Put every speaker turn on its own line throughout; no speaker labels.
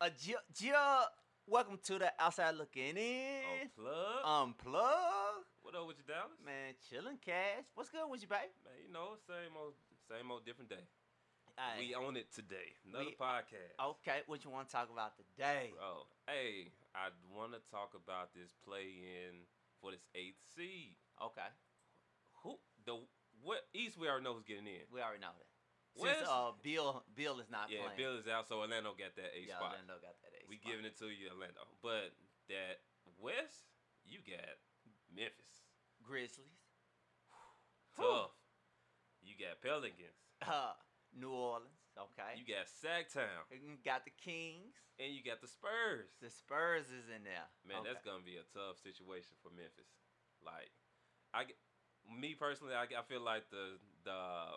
Uh, Gia, Gia, welcome to the Outside Looking In.
Unplug.
Unplug.
Oh, what up with you, Dallas?
Um,
Man,
Man, chilling, Cash. What's good with you, babe?
you know, same old, same old, different day.
Aight.
We own it today. Another
We-
podcast.
okay, what you want to talk about today?
Bro, hey, I want to talk about this play-in for this eighth seed.
Okay,
Who the what East? We already know who's getting in.
we already know that. Since
Where's-
uh, Bill, Bill is not
Yeah,
playing.
Bill is out, so Orlando got that eight
yeah,
spot.
Orlando got that ace.
we giving it to you, Orlando. But that West, you got Memphis.
Grizzlies,
Tough. You got Pelicans.
uh, New Orleans. Okay,
You got Sacktown.
Mm, got the Kings.
And you got the Spurs.
The Spurs is in there.
Man,
Okay.
that's gonna be a tough situation for Memphis. Like, I, g- me personally, I, g- I feel like the the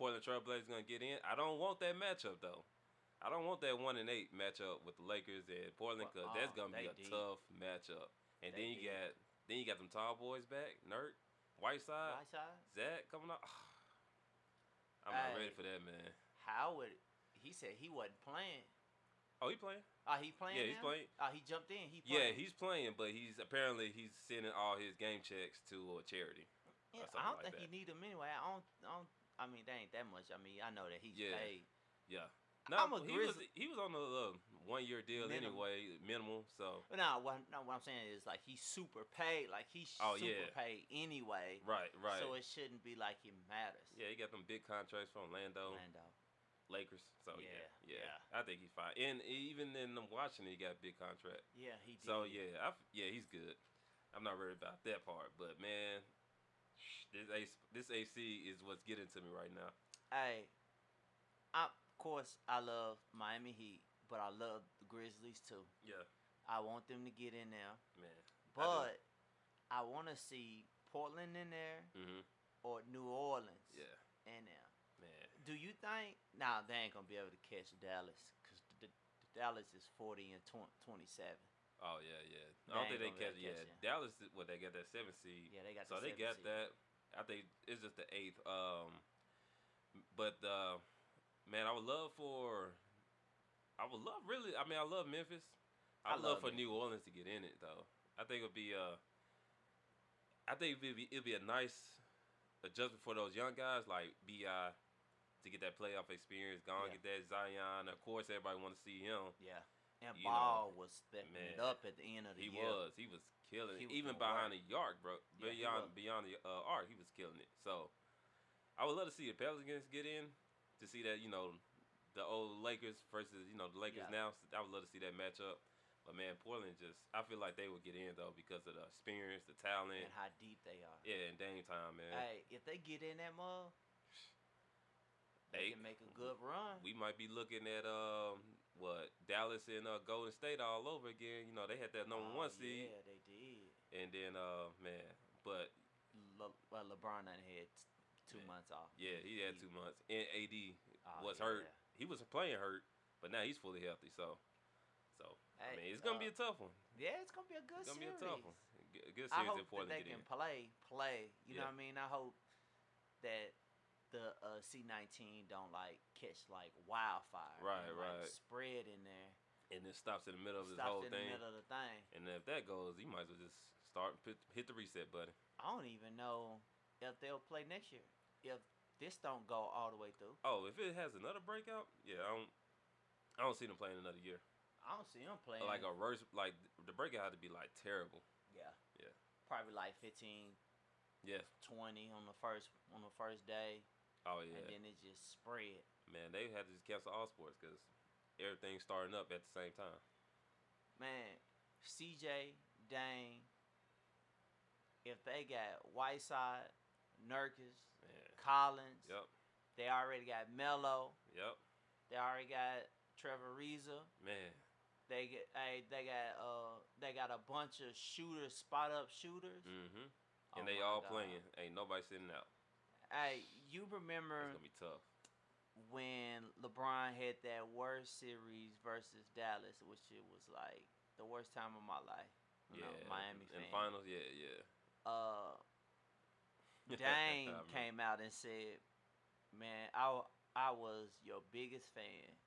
Portland Trailblazers gonna get in. I don't want that matchup though. I don't want that one and eight matchup with the Lakers and Portland because
Well,
that's
oh,
gonna be
they
a
deep.
tough matchup. And
They
then you
deep.
got then you got them tall boys back, Nurk, Whiteside,
Right side?
Zach coming up. I'm not ready
Hey.
for that, man.
Howard, he said he wasn't playing.
Oh, he playing?
Oh, he playing?
Yeah, he's
now?
playing.
Oh, he jumped in. He
Yeah,
playing.
he's playing, but he's apparently he's sending all his game checks to a charity.
Yeah, I
or something
don't
like
think
that.
he need him anyway. I don't. I don't. I mean, they ain't that much. I mean, I know that he's
Yeah.
paid.
Yeah.
I'm a
he was
Grizzly-
he was on a uh, one year deal
Minimum.
anyway, minimal. So
But no, what, no, what I'm saying is like he's super paid. Like he's
Oh,
super
yeah.
paid anyway.
right, right.
So it shouldn't be like it matters.
yeah, he got them big contracts from Lando,
Orlando.
Lakers. So yeah,
Yeah,
yeah,
yeah.
I think he's fine. And even in them Washington, he got a big contract.
Yeah, he did.
So yeah, I f yeah, he's good. I'm not worried about that part, but man, this AC, this AC is what's getting to me right now.
Hey, I, of course I love Miami Heat, but I love the Grizzlies too.
Yeah,
I want them to get in there,
man.
but I, want to see Portland in there
hmm
or New Orleans
Yeah,
in there.
man.
Do you think? Nah, they ain't gonna be able to catch Dallas because the, the Dallas is forty and twen- twenty-seven.
Oh yeah, yeah.
They
I
ain't
don't think
gonna
they
really
catch. Yeah,
catch it.
Dallas. What they got that seven seed.
Yeah, they got.
So
the
they
seven
got
seed.
that. I think it's just the eighth. Um, but uh, man, I would love for, I would love really. I mean, I love Memphis.
I
I, love,
love
for
Memphis.
New Orleans to get in it though. I think it'd be uh, I think it'd be, it'd be a nice adjustment for those young guys like Bi to get that playoff experience. Go and
Yeah.
get that Zion. Of course, everybody want to see him.
Yeah, and
You know,
Ball was stepping
man,
it up at the end of the
He
year.
was. He was killing
He
it.
was
Even
doing
behind the arc, bro.
Yeah, he was.
beyond beyond the uh, arc, he was killing it. So I would love to see the Pelicans get in to see that, you know, the old Lakers versus, you know, the Lakers
Yeah.
now. I would love to see that matchup. But man, Portland just I feel like they would get in though because of the experience, the talent.
and how deep they are.
yeah, and Dame time, man.
Hey, if they get in that mug, they
Hey,
can make a good run.
we might be looking at um what Dallas and uh, Golden State all over again. You know, they had that number
Oh,
one seed
Yeah, they did.
and then uh man, but
Le- well, LeBron done had t- two
Yeah.
months off.
Yeah, he had
He-
two months. And AD
Ah,
was
yeah,
hurt.
yeah.
He was playing hurt, but now he's fully healthy. So, so I
Hey,
mean, it's gonna be
uh,
a tough one.
Yeah, it's gonna be a good
It's gonna
series.
be a tough one. G- Good series
I hope that
important
they
to get
can
in.
play, play. You know
Yeah.
what I mean? I hope that the uh, C19 don't like catch like wildfire. and,
Right,
like,
right.
Spread in there,
And it stops in the middle of this
stops
whole
in
thing.
the middle of the thing.
And if that goes, you might as well just start and put, hit the reset button.
I don't even know if they'll play next year. If this don't go all the way through,
Oh, if it has another breakout, yeah, I don't. I don't see them playing another year.
I don't see them playing.
Like a worse, like the breakout had to be like terrible.
yeah,
Yeah.
probably like 15,
Yeah.
20 on the first on the first day,
Oh yeah.
and then it just spread.
Man, they had to just cancel all sports because everything's starting up at the same time.
man, CJ, Dane, if they got Whiteside, Nurkic,
Man.
Collins,
Yep.
they already got Melo,
Yep.
they already got Trevor Reza,
Man.
they get hey, they got uh they got a bunch of shooters, spot up shooters.
Mm-hmm. And
Oh
they
my
all
God.
playing. Ain't nobody sitting out.
Hey, you
It's
remember
gonna be tough.
when LeBron had that worst series versus Dallas, which it was like the worst time of my life. You
Yeah.
know, Miami
in
fan.
finals. Yeah, yeah.
Uh Dame
Dang,
came out and said, "Man, I wa- I was your biggest fan.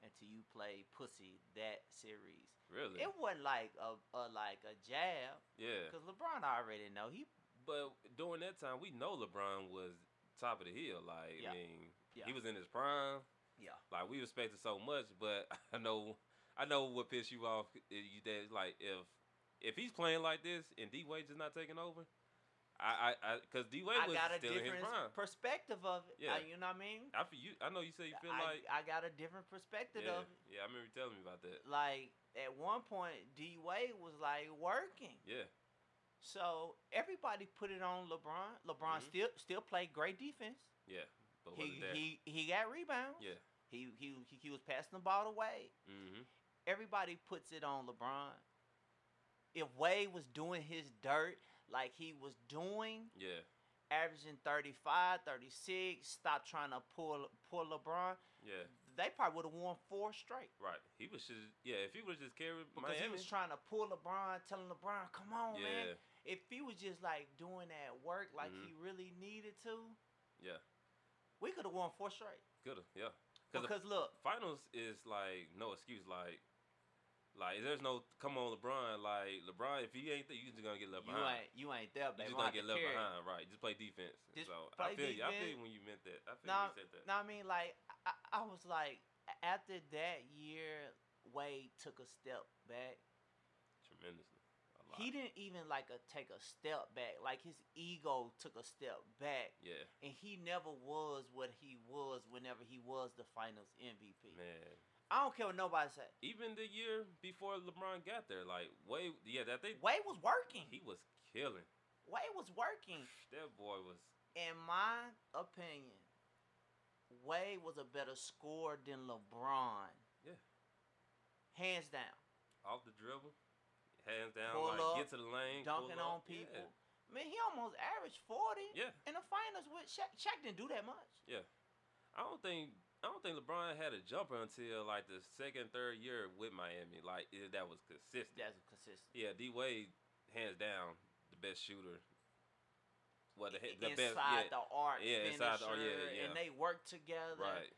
until you play Pussy that series.
Really?
It wasn't like a, a like a jab
yeah.
because LeBron already know he
But during that time, we know LeBron was top of the hill. Like,
Yeah.
I mean,
Yeah.
he was in his prime.
yeah
Like, we respected so much. But I know, I know what pissed you off. i- You that like if if he's playing like this and D Wade is not taking over, I I because D Wade
I
was
got a
still in his
different
prime.
perspective of it.
Yeah.
Uh, you know what I mean?
I feel you. I know you say you feel
I,
like.
I got a different perspective
Yeah,
of it.
yeah, I remember you telling me about that.
Like at one point, D Wade was like working,
Yeah,
so everybody put it on LeBron. LeBron
Mhm.
still still played great defense.
yeah. But
He,
wasn't there.
he he got rebounds.
Yeah.
He, he he he was passing the ball away.
hmm
Everybody puts it on LeBron. If Wade was doing his dirt like he was doing,
Yeah.
averaging 35, 36, stop trying to pull pull LeBron,
Yeah.
they probably would have won four straight.
Right. He was just yeah. If he would have just carried
Because
Miami,
he was trying to pull LeBron, telling LeBron, come on,
yeah, Mm-hmm.
man. If he was just like doing that work like he really needed to,
Yeah.
we could have won four straight.
coulda, yeah. Because
Because look,
finals is like no excuse. Like, like there's no come on LeBron. Like LeBron, if he ain't, th- you just gonna get left
you
behind.
ain't you ain't there,
You
baby.
just
We'll
gonna
have
get
to
left
carry.
behind, right? Just play defense.
Just
so I
play
feel you. I feel
defense.
you when you meant that. I feel
Nah,
you when you said that.
Now I mean, like I, I was like a- after that year, Wade took a step back.
Tremendously. A lot.
He didn't even like a take a step back. Like his ego took a step back,
yeah,
and he never was what he was whenever he was the Finals MVP.
man.
I don't care what nobody say.
Even the year before LeBron got there, like way yeah, that they
Wade was working.
he was killing.
Wade was working.
That boy was
In my opinion, Wade was a better scorer than LeBron.
Yeah.
Hands down.
off the dribble, hands down,
Pull
like
up,
get to the lane, pull
Dunking on
up. Yeah.
people. I mean, he almost averaged 40
Yeah.
in the finals with Shaq. Shaq didn't do that much.
I don't think I don't think LeBron had a jumper until like the second, third year with Miami. Like it, that was consistent.
That's consistent.
yeah, D Wade, hands down, the best shooter. Well, the, he- the
inside
best, yeah,
the arc,
Yeah, inside the arc, yeah,
finisher,
yeah.
and they work together.
right,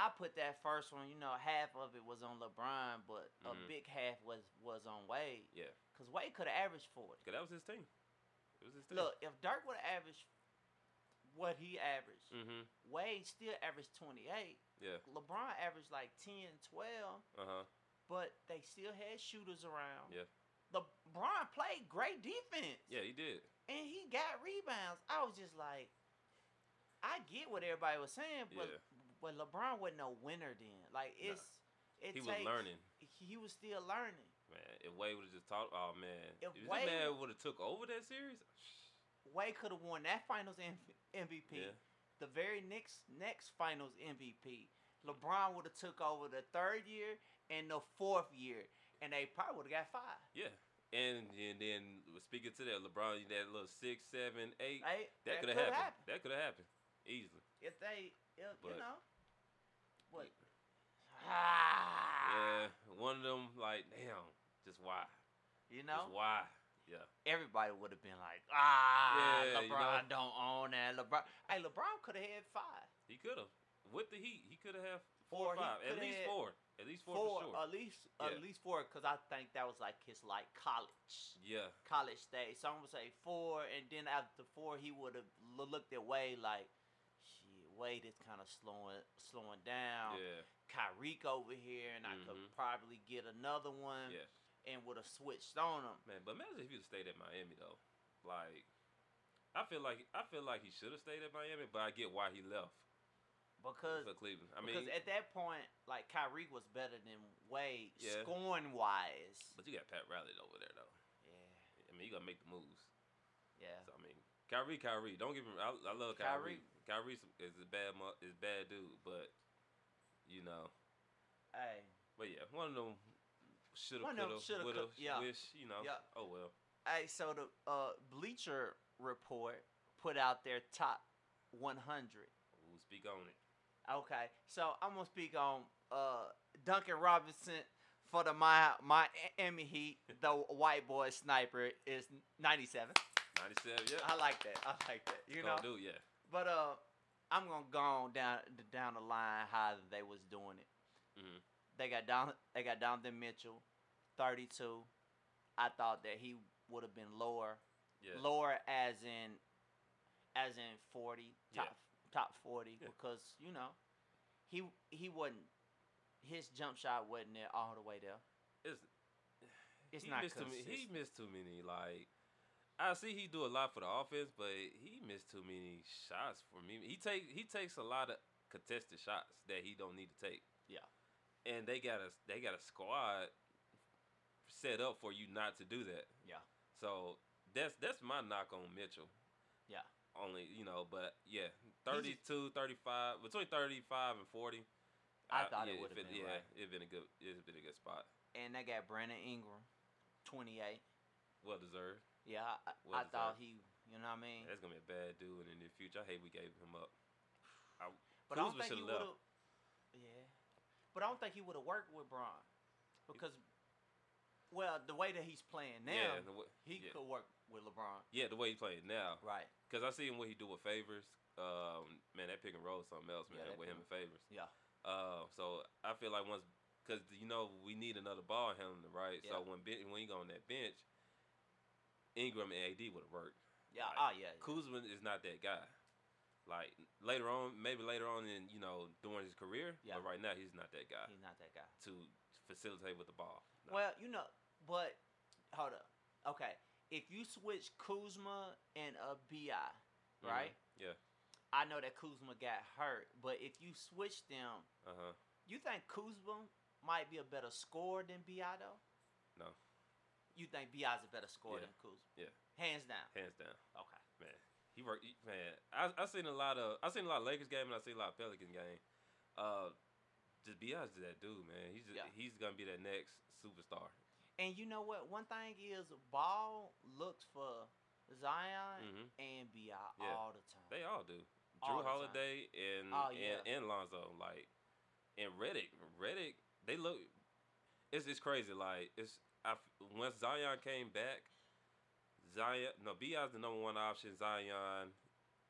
I put that first one. You know, half of it was on LeBron, but a
Mhm.
big half was was on Wade.
Yeah.
because Wade could have averaged forty.
because that was his team. It was his team.
Look, if Dirk would have averaged what he averaged,
mm-hmm,
Wade still averaged twenty eight.
Yeah.
LeBron averaged like 10, 12,
uh huh,
but they still had shooters around.
Yeah.
LeBron played great defense.
yeah, he did.
and he got rebounds. I was just like, I get what everybody was saying, but
Yeah.
but LeBron wasn't no winner then. Like
Nah.
it's it
he was
takes,
learning,
He was still learning.
man. If Wade would have just taught, oh man,
If
if, this
Wade-
man would have took over that series,
Wade could have won that Finals M- MVP.
yeah,
The very next next Finals MVP, LeBron would have took over the third year and the fourth year, and they probably would have got five.
yeah. And, and then speaking to that, LeBron, that little six, seven, eight,
Like,
that could have
coulda
happened. That could have happened easily.
if they, if, you
But-
know, but
Yeah,
ah,
one of them like, damn, just why?
you know,
Just why? Yeah,
everybody would have been like, ah,
Yeah, you
LeBron don't own that. LeBron, hey, LeBron could have had five,
he could have with the Heat. He could have had
Or
four or
he
five, at
coulda
least
had
four, at least four, for sure.
at least, at
Yeah.
least four, because I think that was like his like college,
yeah,
college days. So I'm gonna say four, and then after four, he would have lo- looked at Wade like, shit, Wade is kind of slowing, slowing down.
yeah,
Kyrie over here, and I could
Mhm.
probably get another one,
yeah,
and would have switched on him.
man. But imagine if he would stayed at Miami though. Like, I feel like I feel like he should have stayed at Miami, but I get why he left
Because
for Cleveland. I mean,
because at that point, like Kyrie was better than Wade
Yeah.
scoring wise.
but you got Pat Riley over there though.
Yeah,
I mean, you gotta make the moves.
yeah.
So, I mean, Kyrie, Kyrie. Don't give him. I, I love Kyrie. Kyrie is a bad mu- is a bad dude, but you know.
Hey,
But yeah, one of them should have,
One of them
could
shoulda,
have, would have,
cou- yeah.
wish. You know.
Yeah.
Oh well.
hey. So the uh, Bleacher Report put out their top 100.
We'll speak on it.
Okay, so I'm gonna speak on uh, Duncan Robinson for the my Miami Heat. The white boy sniper is 97.
Ninety-seven. Yeah. Oh,
I like that. I like that. Uh, You know.
Gonna do. Yeah.
But uh, I'm gonna go on down down the line how they was doing it.
Mhm.
They got down. They got Donovan Mitchell, thirty-two. I thought that he would have been lower,
Yeah.
lower as in, as in forty,
Yeah.
top top forty,
Yeah.
because you know, he he wasn't. His jump shot wasn't there all the way there.
It's,
It's
he
not
missed too many,
consistent.
He missed too many. Like I see, he do a lot for the offense, but he missed too many shots for me. He take he takes a lot of contested shots that he don't need to take.
Yeah.
and they got a they got a squad set up for you not to do that.
Yeah.
So that's that's my knock on Mitchell.
Yeah.
Only, you know, but yeah, 32, 35, between 35 and 40.
I thought it would've been
if Yeah,
right.
it'd been a good it'd been a good spot.
And they got Brandon Ingram, twenty-eight.
Well deserved.
Yeah, I, I-
Well
I thought
deserved.
he. You know what I mean?
That's gonna be a bad dude in the near future. I hate we gave him up.
But I don't
Kuzma
think he would
should've
have.
left.
Yeah, but I don't think he would have worked with Braun because, well, the way that he's playing now,
yeah, the way,
he
yeah.
could work with LeBron.
yeah, the way he playing now,
Right.
because I seen what he do with favors. Um, man, that pick and roll is something else, man.
Yeah, that
with him
pick-
and favors.
Yeah.
Uh, so I feel like once, cause you know we need another ball handler, right?
Yeah.
So when ben, when he go on that bench, Ingram and AD would have worked.
Yeah.
Right.
Oh yeah. yeah.
Kuzma is not that guy. Like later on, maybe later on in you know during his career,
Yeah.
but right now he's not that guy
He's not that guy.
to facilitate with the ball. No.
Well, you know, but hold up. Okay, if you switch Kuzma and a Bi,
Mhm.
right?
Yeah.
I know that Kuzma got hurt, but if you switch them,
Uh huh.
you think Kuzma might be a better scorer than Bi though?
No.
You think Bi's a better scorer
Yeah.
than Kuzma?
Yeah.
Hands down.
Hands down,
Okay.
man. He worked, he- man. I I seen a lot of I seen a lot of Lakers game and I seen a lot of Pelicans game. Uh, just be honest to that dude, man. He's just,
Yeah.
he's gonna be that next superstar.
And you know what? One thing is Ball looks for Zion
hmm
and Bi
Yeah.
all the time.
They all do.
All
Drew
the time.
Holiday and,
Oh,
and and Lonzo, like and Reddick. Reddick, they look. It's it's crazy. Like it's I f- once Zion came back, Zion no Bi's the number one option. Zion,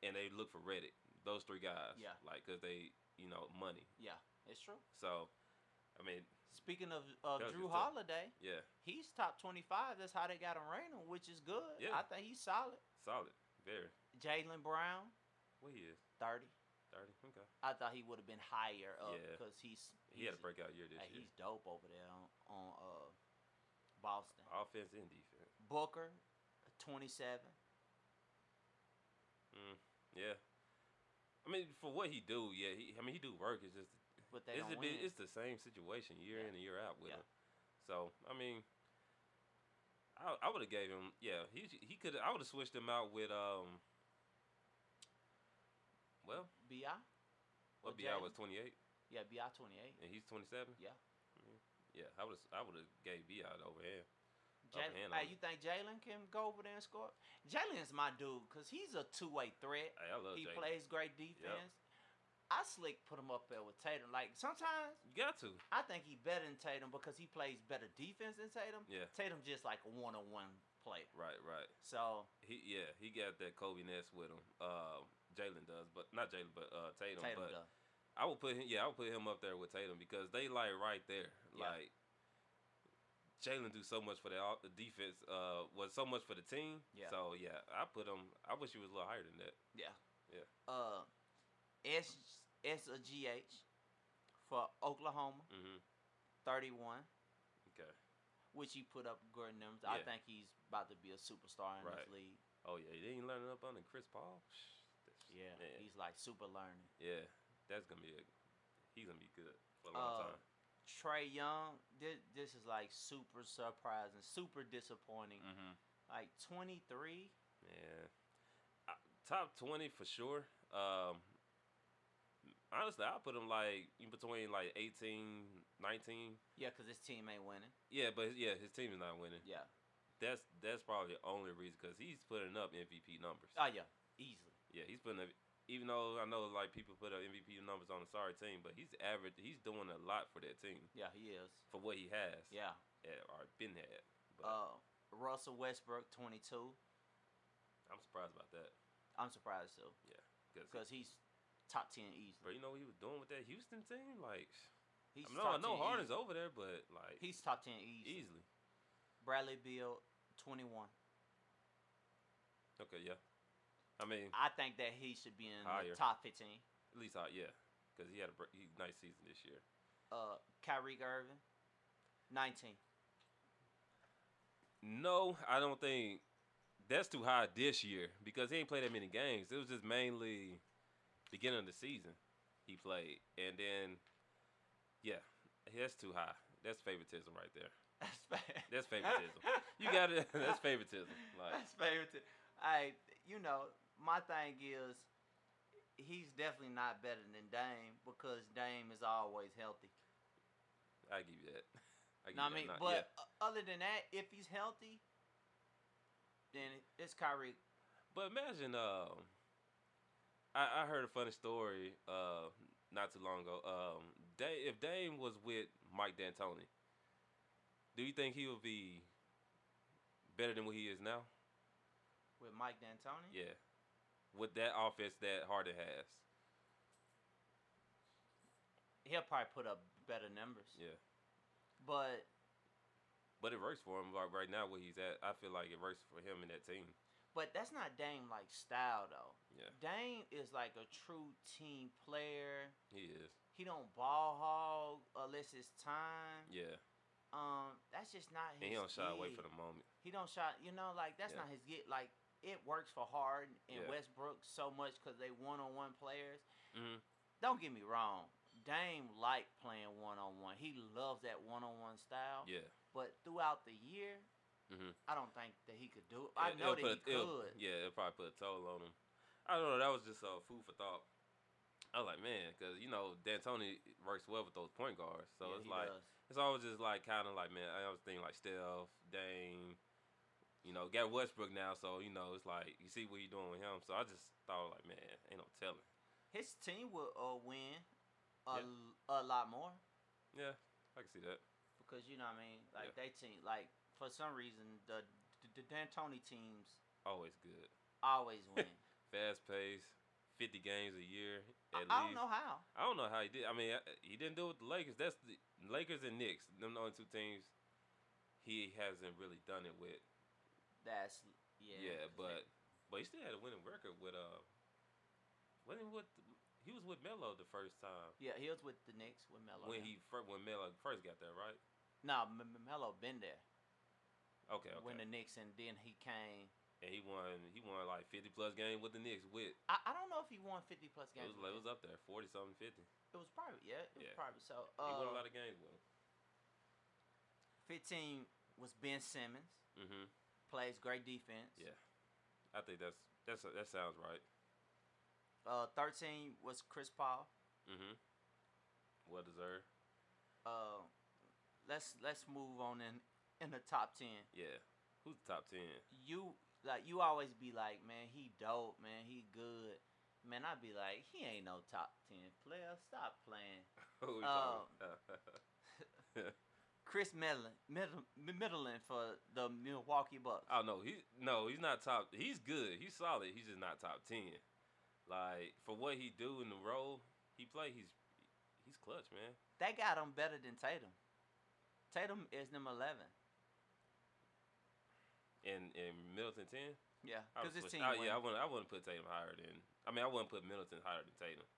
and they look for Reddick. Those three guys.
Yeah.
Like because they you know money.
yeah, it's true.
So, I mean,
Speaking of of
Pelicans
Drew
too.
Holiday,
yeah,
he's top twenty five. That's how they got him ranked, which is good.
Yeah.
I think he's solid.
solid. Very.
Jalen Brown,
What he is?
thirty.
Thirty. Okay.
I thought he would have been higher up
Yeah.
because he's,
He had a
he's-
breakout year this
hey,
year.
he's dope over there on, on uh Boston.
Offense and defense.
Booker, twenty seven.
Yeah. I mean, for what he do, yeah. He, I mean, he do work. It's just
But they
it's,
don't
a
win.
bit, it's the same situation year
Yeah.
in and year out with
Yeah.
him. So I mean, I I would have gave him yeah he sh- he could I would have switched him out with um well
Bi,
what
With
Bi
Jalen?
was twenty eight
yeah, Bi twenty eight.
and he's twenty seven
Yeah.
yeah I would I would have gave Bi over him Up
Jalen,
and
hey,
over.
you think Jalen can go over there and score? Jalen's my dude because he's a two way threat.
hey, I love
He
Jalen
plays great defense. I slick put him up there with Tatum. Like sometimes
you got to
I think he better than Tatum because he plays better defense than Tatum.
yeah
Tatum just like a one on one player.
right right
So
he yeah he got that Kobe Ness with him um Jalen does but not Jalen but uh Tatum,
Tatum
but
does.
I would put him. Yeah, I would put him up there with Tatum because they like right there.
Yeah.
Like Jalen do so much for the, the defense. Uh, was so much for the team.
Yeah.
So yeah, I put him. I wish he was a little higher than that.
Uh, S S a G H for Oklahoma
Mm-hmm.
thirty one,
Okay.
which he put up good numbers. I
Yeah.
think he's about to be a superstar in
Right.
this league.
Oh yeah, they ain't learning up on the Chris Paul. Shh, that's-
Yeah,
man.
he's like super learning.
yeah. That's gonna be. A, he's gonna be good for a long
Uh,
time.
Trey Young, this, this is like super surprising, super disappointing.
Mm-hmm.
Like 23,
Yeah. I, top 20 for sure. Um, honestly, I'll put him like in between like 18, 19.
yeah, because his team ain't winning.
Yeah, but yeah, his team is not winning.
Yeah.
That's that's probably the only reason because he's putting up MVP numbers.
Oh, yeah, easily.
Yeah, he's putting up. Even though I know like people put up MVP numbers on a sorry team, but he's average. He's doing a lot for that team
Yeah, he is.
for what he has.
Yeah.
at- or been had. But
Uh, Russell Westbrook, 22.
I'm surprised about that
I'm surprised, too,
because
because he's top 10 easily.
but you know what he was doing with that Houston team, like
He's
I mean, no, I
top
know
10
Harden's
easy.
over there, but like
He's top ten easy.
easily.
Bradley Beal, twenty one.
Okay, yeah. I mean,
I think that he should be in
Higher.
the top fifteen.
at least I yeah, because he had a br- he, nice season this year.
Uh, Kyrie Irving, nineteen.
No, I don't think that's too high this year because he ain't played that many games. It was just mainly beginning of the season he played, and then yeah, that's too high. That's favoritism right there.
That's bad.
That's favoritism. You got it. that's favoritism. Like
That's favoritism. I, you know, my thing is, he's definitely not better than Dame because Dame is always healthy.
I give you that. I give
Know what I
you
mean,
that. Not-
but
yeah.
o- other than that, if he's healthy, then it's Kyrie.
But imagine, um, I, I heard a funny story uh, not too long ago. Um, Dame, if Dame was with Mike D'Antoni, do you think he would be better than what he is now?
with Mike D'Antoni?
Yeah, with that offense that Harden has.
He'll probably put up better numbers.
Yeah.
But
But it works for him like right now where he's at. I feel like it works for him and that team.
but that's not Dame like style though.
Yeah.
Dame is like a true team player.
He is.
He don't ball hog unless it's time.
Yeah,
Um, that's just not his.
and he don't shy
gig.
away for the moment.
He don't shy. You know, like that's
Yeah.
not his get. Like it works for Harden and
Yeah.
Westbrook so much because they one on one players.
Mhm.
Don't get me wrong. Dame like playing one on one. He loves that one on one style.
Yeah,
But throughout the year,
Mhm.
I don't think that he could do it. I
It-
know
it'll
that
put
he
a- it'll-
could.
Yeah, it'll probably put a toll on him. I don't know. That was just uh, food for thought. I was like, man, because you know D'Antoni works well with those point guards, so
Yeah,
it's
he
like
does.
it's always just like kind of like man, I was thinking like Steph, Dame, you know, got Westbrook now, so you know it's like you see what you doing with him. So I just thought like, man, ain't no telling.
his team will uh, win a,
Yeah.
l- a lot more
Yeah, I can see that.
because you know what I mean. Like
Yeah.
they team, like for some reason the the, the D'Antoni teams
Always good,
always win.
fast pace, fifty games a year
I,
at least.
I don't know how.
I don't know how he did. I mean, I- he didn't do it with the Lakers. That's the Lakers and Knicks. Them the only two teams he hasn't really done it with.
That's yeah.
Yeah,
'cause they-
but but he still had a winning record with uh. Wasn't he with he was with Melo the first time
yeah, he was with the Knicks with Melo.
when
yeah.
he fir- when Melo first got there, right?
no M- M- Melo been there
Okay, okay.
when the Knicks and then he came.
and he won he won like fifty plus games with the Knicks. With
I, I don't know if he won fifty plus
it
games.
was
with
like, it
them.
was up there forty something fifty.
It was probably yeah. It was
Yeah.
probably so.
He
Uh,
won a lot of games with him.
fifteen was Ben Simmons
Mm-hmm.
plays great defense.
Yeah. I think that's that's that sounds right.
Uh, thirteen was Chris Paul.
Mm-hmm. Well deserved.
Uh, let's let's move on in in the top ten.
Yeah. Who's the top ten?
You like you always be like, man, he dope, man, he good. Man, I be like, he ain't no top ten player. Stop playing.
Who we
Um,
talking?
Chris Middleton, Middleton, Middleton for the Milwaukee Bucks.
oh no, he no, he's not top. He's good. He's solid. He's just not top ten. Like for what he do in the role he play, he's he's clutch, man.
They got him better than Tatum. Tatum is number eleven.
And and Middleton ten,
Yeah,
I
because his
would put-
team
I,
win.
yeah, I wouldn't I wouldn't put Tatum higher than. I mean, I wouldn't put Middleton higher than Tatum.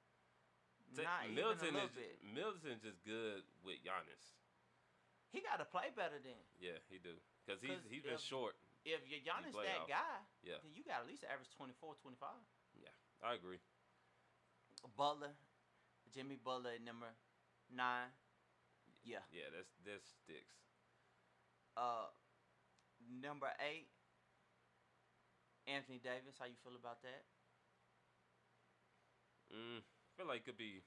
not even
Ta-
a
Middleton
little
is
bit.
Middleton's just good with Giannis.
He got to play better than.
Yeah, he do because he's
'Cause
he's been
if-
short.
If you're Giannis
play
that
off.
guy,
Yeah.
then you got at least average 24, 25.
I agree.
Butler, Jimmy Butler at number nine. Yeah.
Yeah, that's that sticks.
Uh, number eight, Anthony Davis. How you feel about that?
Mm, feel like it could be.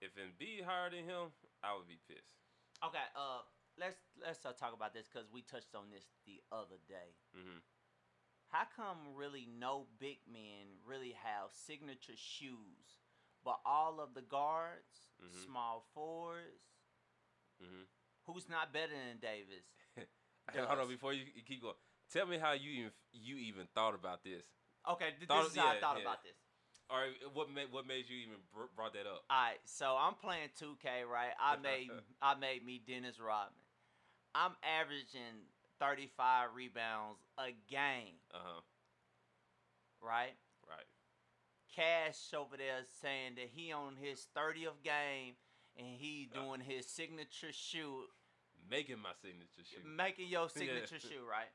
If Embiid higher than him, I would be pissed.
Okay. Uh, let's let's uh, talk about this because we touched on this the other day.
Mm-hmm.
How come really no big men really have signature shoes, but all of the guards,
Mhm.
small forwards,
Mm-hmm.
who's not better than Davis?
Hold on,
Does.
before you, you keep going, tell me how you even you even thought about this.
Okay, th-
Thought-
this is how
yeah,
I thought
yeah.
about this.
Or what made what made you even br- brought that up?
All right, so I'm playing 2K, right? I made I made me Dennis Rodman. I'm averaging 35 rebounds a game,
Uh huh.
right?
Right.
Cash over there saying that he on his 30th game and he
Yeah.
doing his signature shoot,
Making my signature shoot.
making your
Yeah.
signature shoot, right?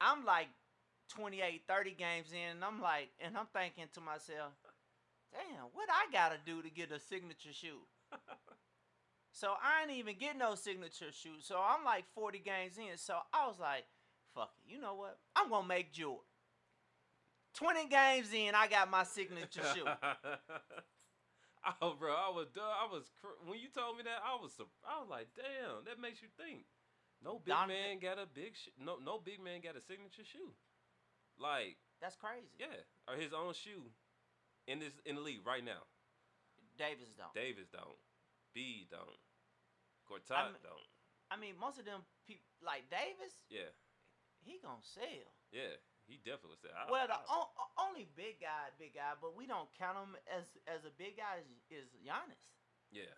I'm like 28, 30 games in, and I'm like, and I'm thinking to myself, damn, what I gotta do to get a signature shoot? so I ain't even get no signature shoot. So I'm like 40 games in. So I was like, fuck it, you know what? I'm gonna make Jordan. 20 games in, I got my signature shoot.
oh, bro, I was done. I was cr- when you told me that I was sur- I was like, damn, that makes you think. No big
Donovan-
man got a big sh- no no big man got a signature shoe, like
That's crazy.
yeah, or his own shoe, in this in the league right now.
Davis don't.
Davis don't, B don't, Cortot
I'm-
don't.
I mean, most of them people like Davis,
Yeah,
he gonna sell.
yeah, he definitely said. I,
Well, the
I,
o- o- only big guy, big guy, but we don't count him as as a big guy is, is Giannis.
yeah,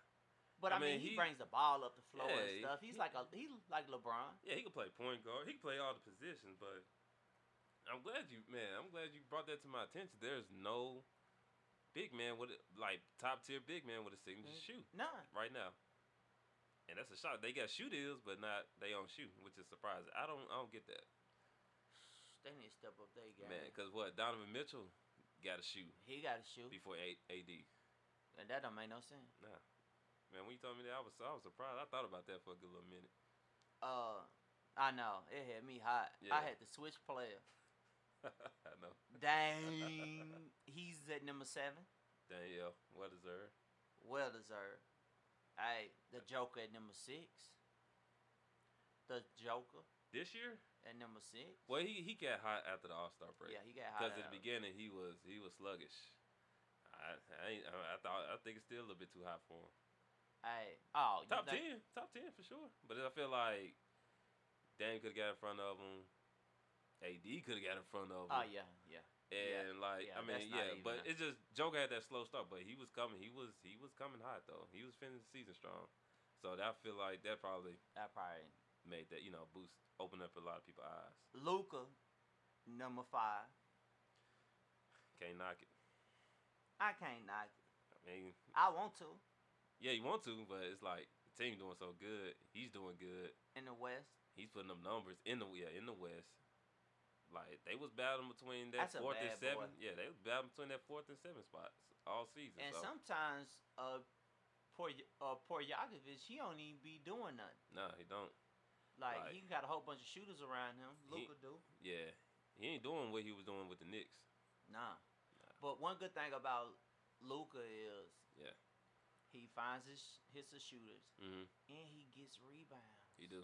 But
I
I, mean,
mean,
he,
he-
brings the ball up the floor
Yeah,
and stuff. He's
he-
like a he like LeBron.
Yeah, he can play point guard. He can play all the positions, but I'm glad you, man. I'm glad you brought that to my attention. There's no big man with a, like top tier big man with a signature
Mm.
shoe
None.
right now, and that's a shot. They got shoe deals, but not they own shoe, which is surprising. I don't, I don't get that,
They need to step up their game.
man. Because what Donovan Mitchell got a shoe
he got to shoot,
before A- AD.
and that don't make no sense.
Man, when you told me that, I was, I was surprised. I thought about that for a good little minute.
Uh, I know it had me hot.
Yeah.
I had to switch player.
I know.
Dang, he's at number seven.
Danielle, what is her?
Well deserved. Hey, the Joker at number six. The Joker
This year?
at number six.
Well, he he got hot after the All Star break.
Yeah, he got hot.
Because at
out.
the beginning he was he was sluggish. I I, ain't, I I thought I think it's still a little bit too high for him.
Hey, oh, you
Top
think-
ten, top ten for sure. But I feel like Dame could have got in front of him. AD could have got in front of him.
Oh yeah, yeah.
and like
yeah,
I mean,
that's not
yeah.
even
But
a-
it's just Joker had that slow start, but he was coming. He was he was coming hot though. He was finishing the season strong. So that, I feel like that probably
That probably
made that you know boost open up a lot of people's eyes.
Luca, number five.
Can't knock it.
I can't knock it.
I mean,
I want to
yeah, you want to, but it's like the team doing so good. He's doing good.
in the West.
He's putting up numbers in the yeah in the West. Like they was battling between that
That's a
fourth and
bad boy.
seven. Yeah, they was battling between that fourth and seventh spots all season.
And
so
sometimes uh poor uh poor Yakovich, he don't even be doing nothing.
no, he don't.
Like
Right.
he got a whole bunch of shooters around him. Luca do.
Yeah, he ain't doing what he was doing with the Knicks.
Nah. But one good thing about Luca is
Yeah.
he finds his his shooters
Mm-hmm.
and he gets rebounds.
He do.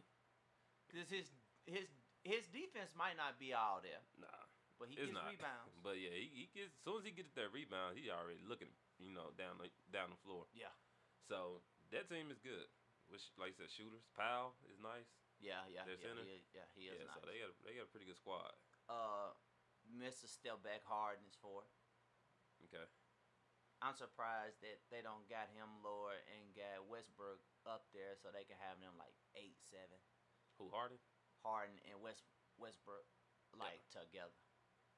Cause his his his defense might not be all there,
Nah,
but he
it's
gets
not.
rebounds.
But yeah, he, he gets as soon as he gets that rebound, he already looking you know down the down the floor.
Yeah.
So that team is good. Which like I said, shooters. Powell is nice.
yeah, yeah,
their
yeah,
center?
he is- yeah, he is
yeah,
nice.
so they got a, they got a pretty good squad.
uh, Mr. Step Back Harden is for.
Okay.
I'm surprised that they don't got him lower and got Westbrook up there so they can have them like eight, seven.
Who Harden?
Harden and West Westbrook like together.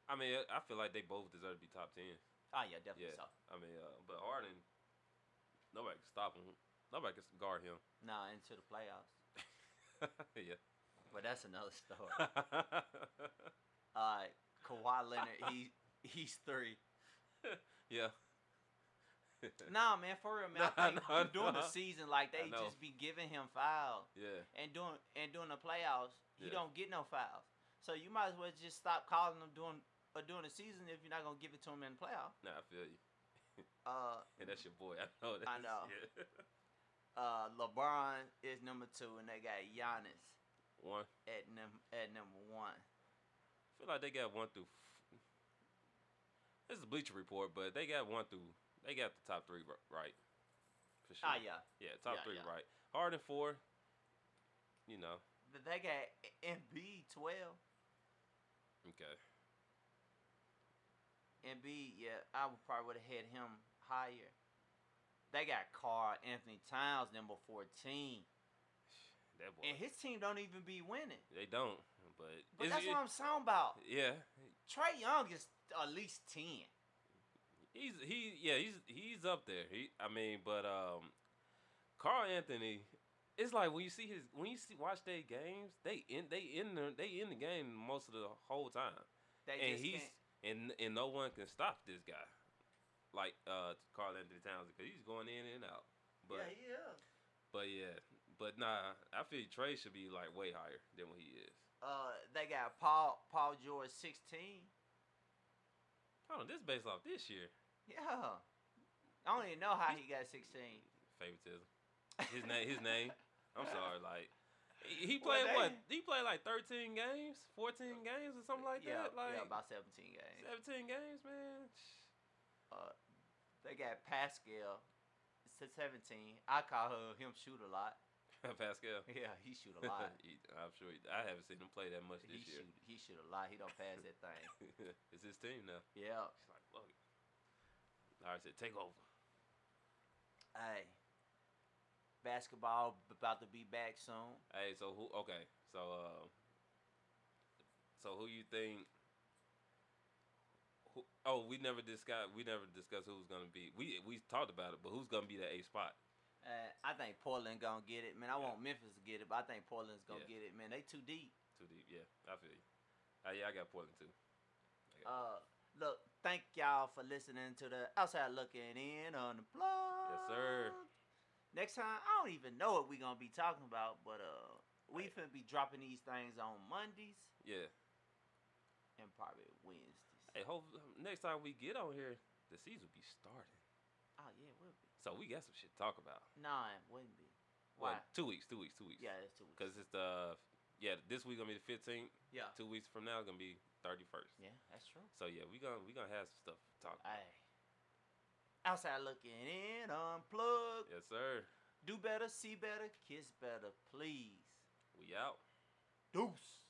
I mean, I feel like they both deserve to be top ten.
Oh yeah, definitely
Yeah.
so.
I mean, uh, but Harden, nobody can stop him. Nobody can guard him.
Now into the playoffs.
yeah.
But that's another story. uh Kawhi Leonard, he he's three.
yeah.
Nah, man, for real, man. I
Nah,
think
nah,
during
nah.
the season, like
I
they
know.
just be giving him fouls.
Yeah.
and doing and doing the playoffs, he
Yeah.
don't get no fouls. So you might as well just stop calling him doing or doing the season if you're not gonna give it to him in the playoff.
Nah, I feel you.
Uh,
And that's your boy. I know that.
I know.
Yeah.
uh, LeBron is number two, and they got Giannis
One. I
at num at number one.
feel like they got one through. F- this is Bleacher Report, but they got one through. They got the top three ri- right. For sure.
Ah, yeah,
Yeah, top
Yeah,
three
yeah.
right. Harden four. You know.
but they got Embiid twelve,
Okay.
Embiid, yeah, I would probably would have had him higher. They got Carr, Anthony Towns, number fourteen,
That boy.
and his team don't even be winning.
They don't. But,
But
it's-
that's
it-
what I'm talking about.
yeah,
Trey Young is at least ten.
he's he yeah he's he's up there. He I mean, but um, Carl Anthony, it's like when you see his when you see watch their games, they in they in the they in the game most of the whole time.
They
and
just
he's
can't-
and and no one can stop this guy, like uh Carl Anthony Towns, because he's going in and out. But
yeah, he is.
but yeah, but nah, I feel Trey should be like way higher than what he is.
Uh, they got Paul Paul George sixteen.
Hold on, this based off this year
Yeah, I don't even know how he got sixteen.
favoritism. His name, his name. I'm sorry, like he, he played
Well,
what?
they-
He played like 13 games, 14 games, or something like
yeah,
that. Like
yeah, about seventeen games.
17 games, man.
They got Pascal to seventeen. I call her him shoot a lot.
Pascal.
Yeah, he shoot a lot.
He- I'm sure he, I haven't seen him play that much
he
this year.
shoot he shoot a lot. He don't pass that thing.
it's his team now.
Yeah.
She's like, fuck it. Larry said, take over.
Hey. Basketball about to be back soon.
Hey, so who? Okay, so uh, so who you think? Who, oh, we never discussed. We never discussed who's gonna be. We we talked about it, but who's gonna be the A spot?
Uh, I think Portland gonna get it, man. I
Yeah.
want Memphis to get it, but I think Portland's gonna
Yeah.
get it, man. They too deep.
Too deep. Yeah, I feel you. Uh, yeah, I got Portland too. Yeah.
Uh, look, thank y'all for listening to the outside looking in on the blog.
Yes, sir.
Next time, I don't even know what we gonna be talking about, but uh, we
Right.
finna be dropping these things on Mondays
Yeah.
and probably Wednesdays.
Hey, hope next time we get on here, the season will be starting.
Oh yeah, it would be.
So we got some shit to talk about.
No, it wouldn't be.
Well,
Why?
two weeks. Two weeks. Two weeks.
Yeah, that's two weeks.
Because it's the yeah. This week gonna be the fifteenth.
yeah,
Two weeks from now gonna be thirty first.
yeah, that's true.
So yeah, we gonna we gonna have some stuff to talk. About.
Hey, outside looking in, unplugged.
Yes, sir.
Do better, see better, kiss better, please.
We out.
Deuce.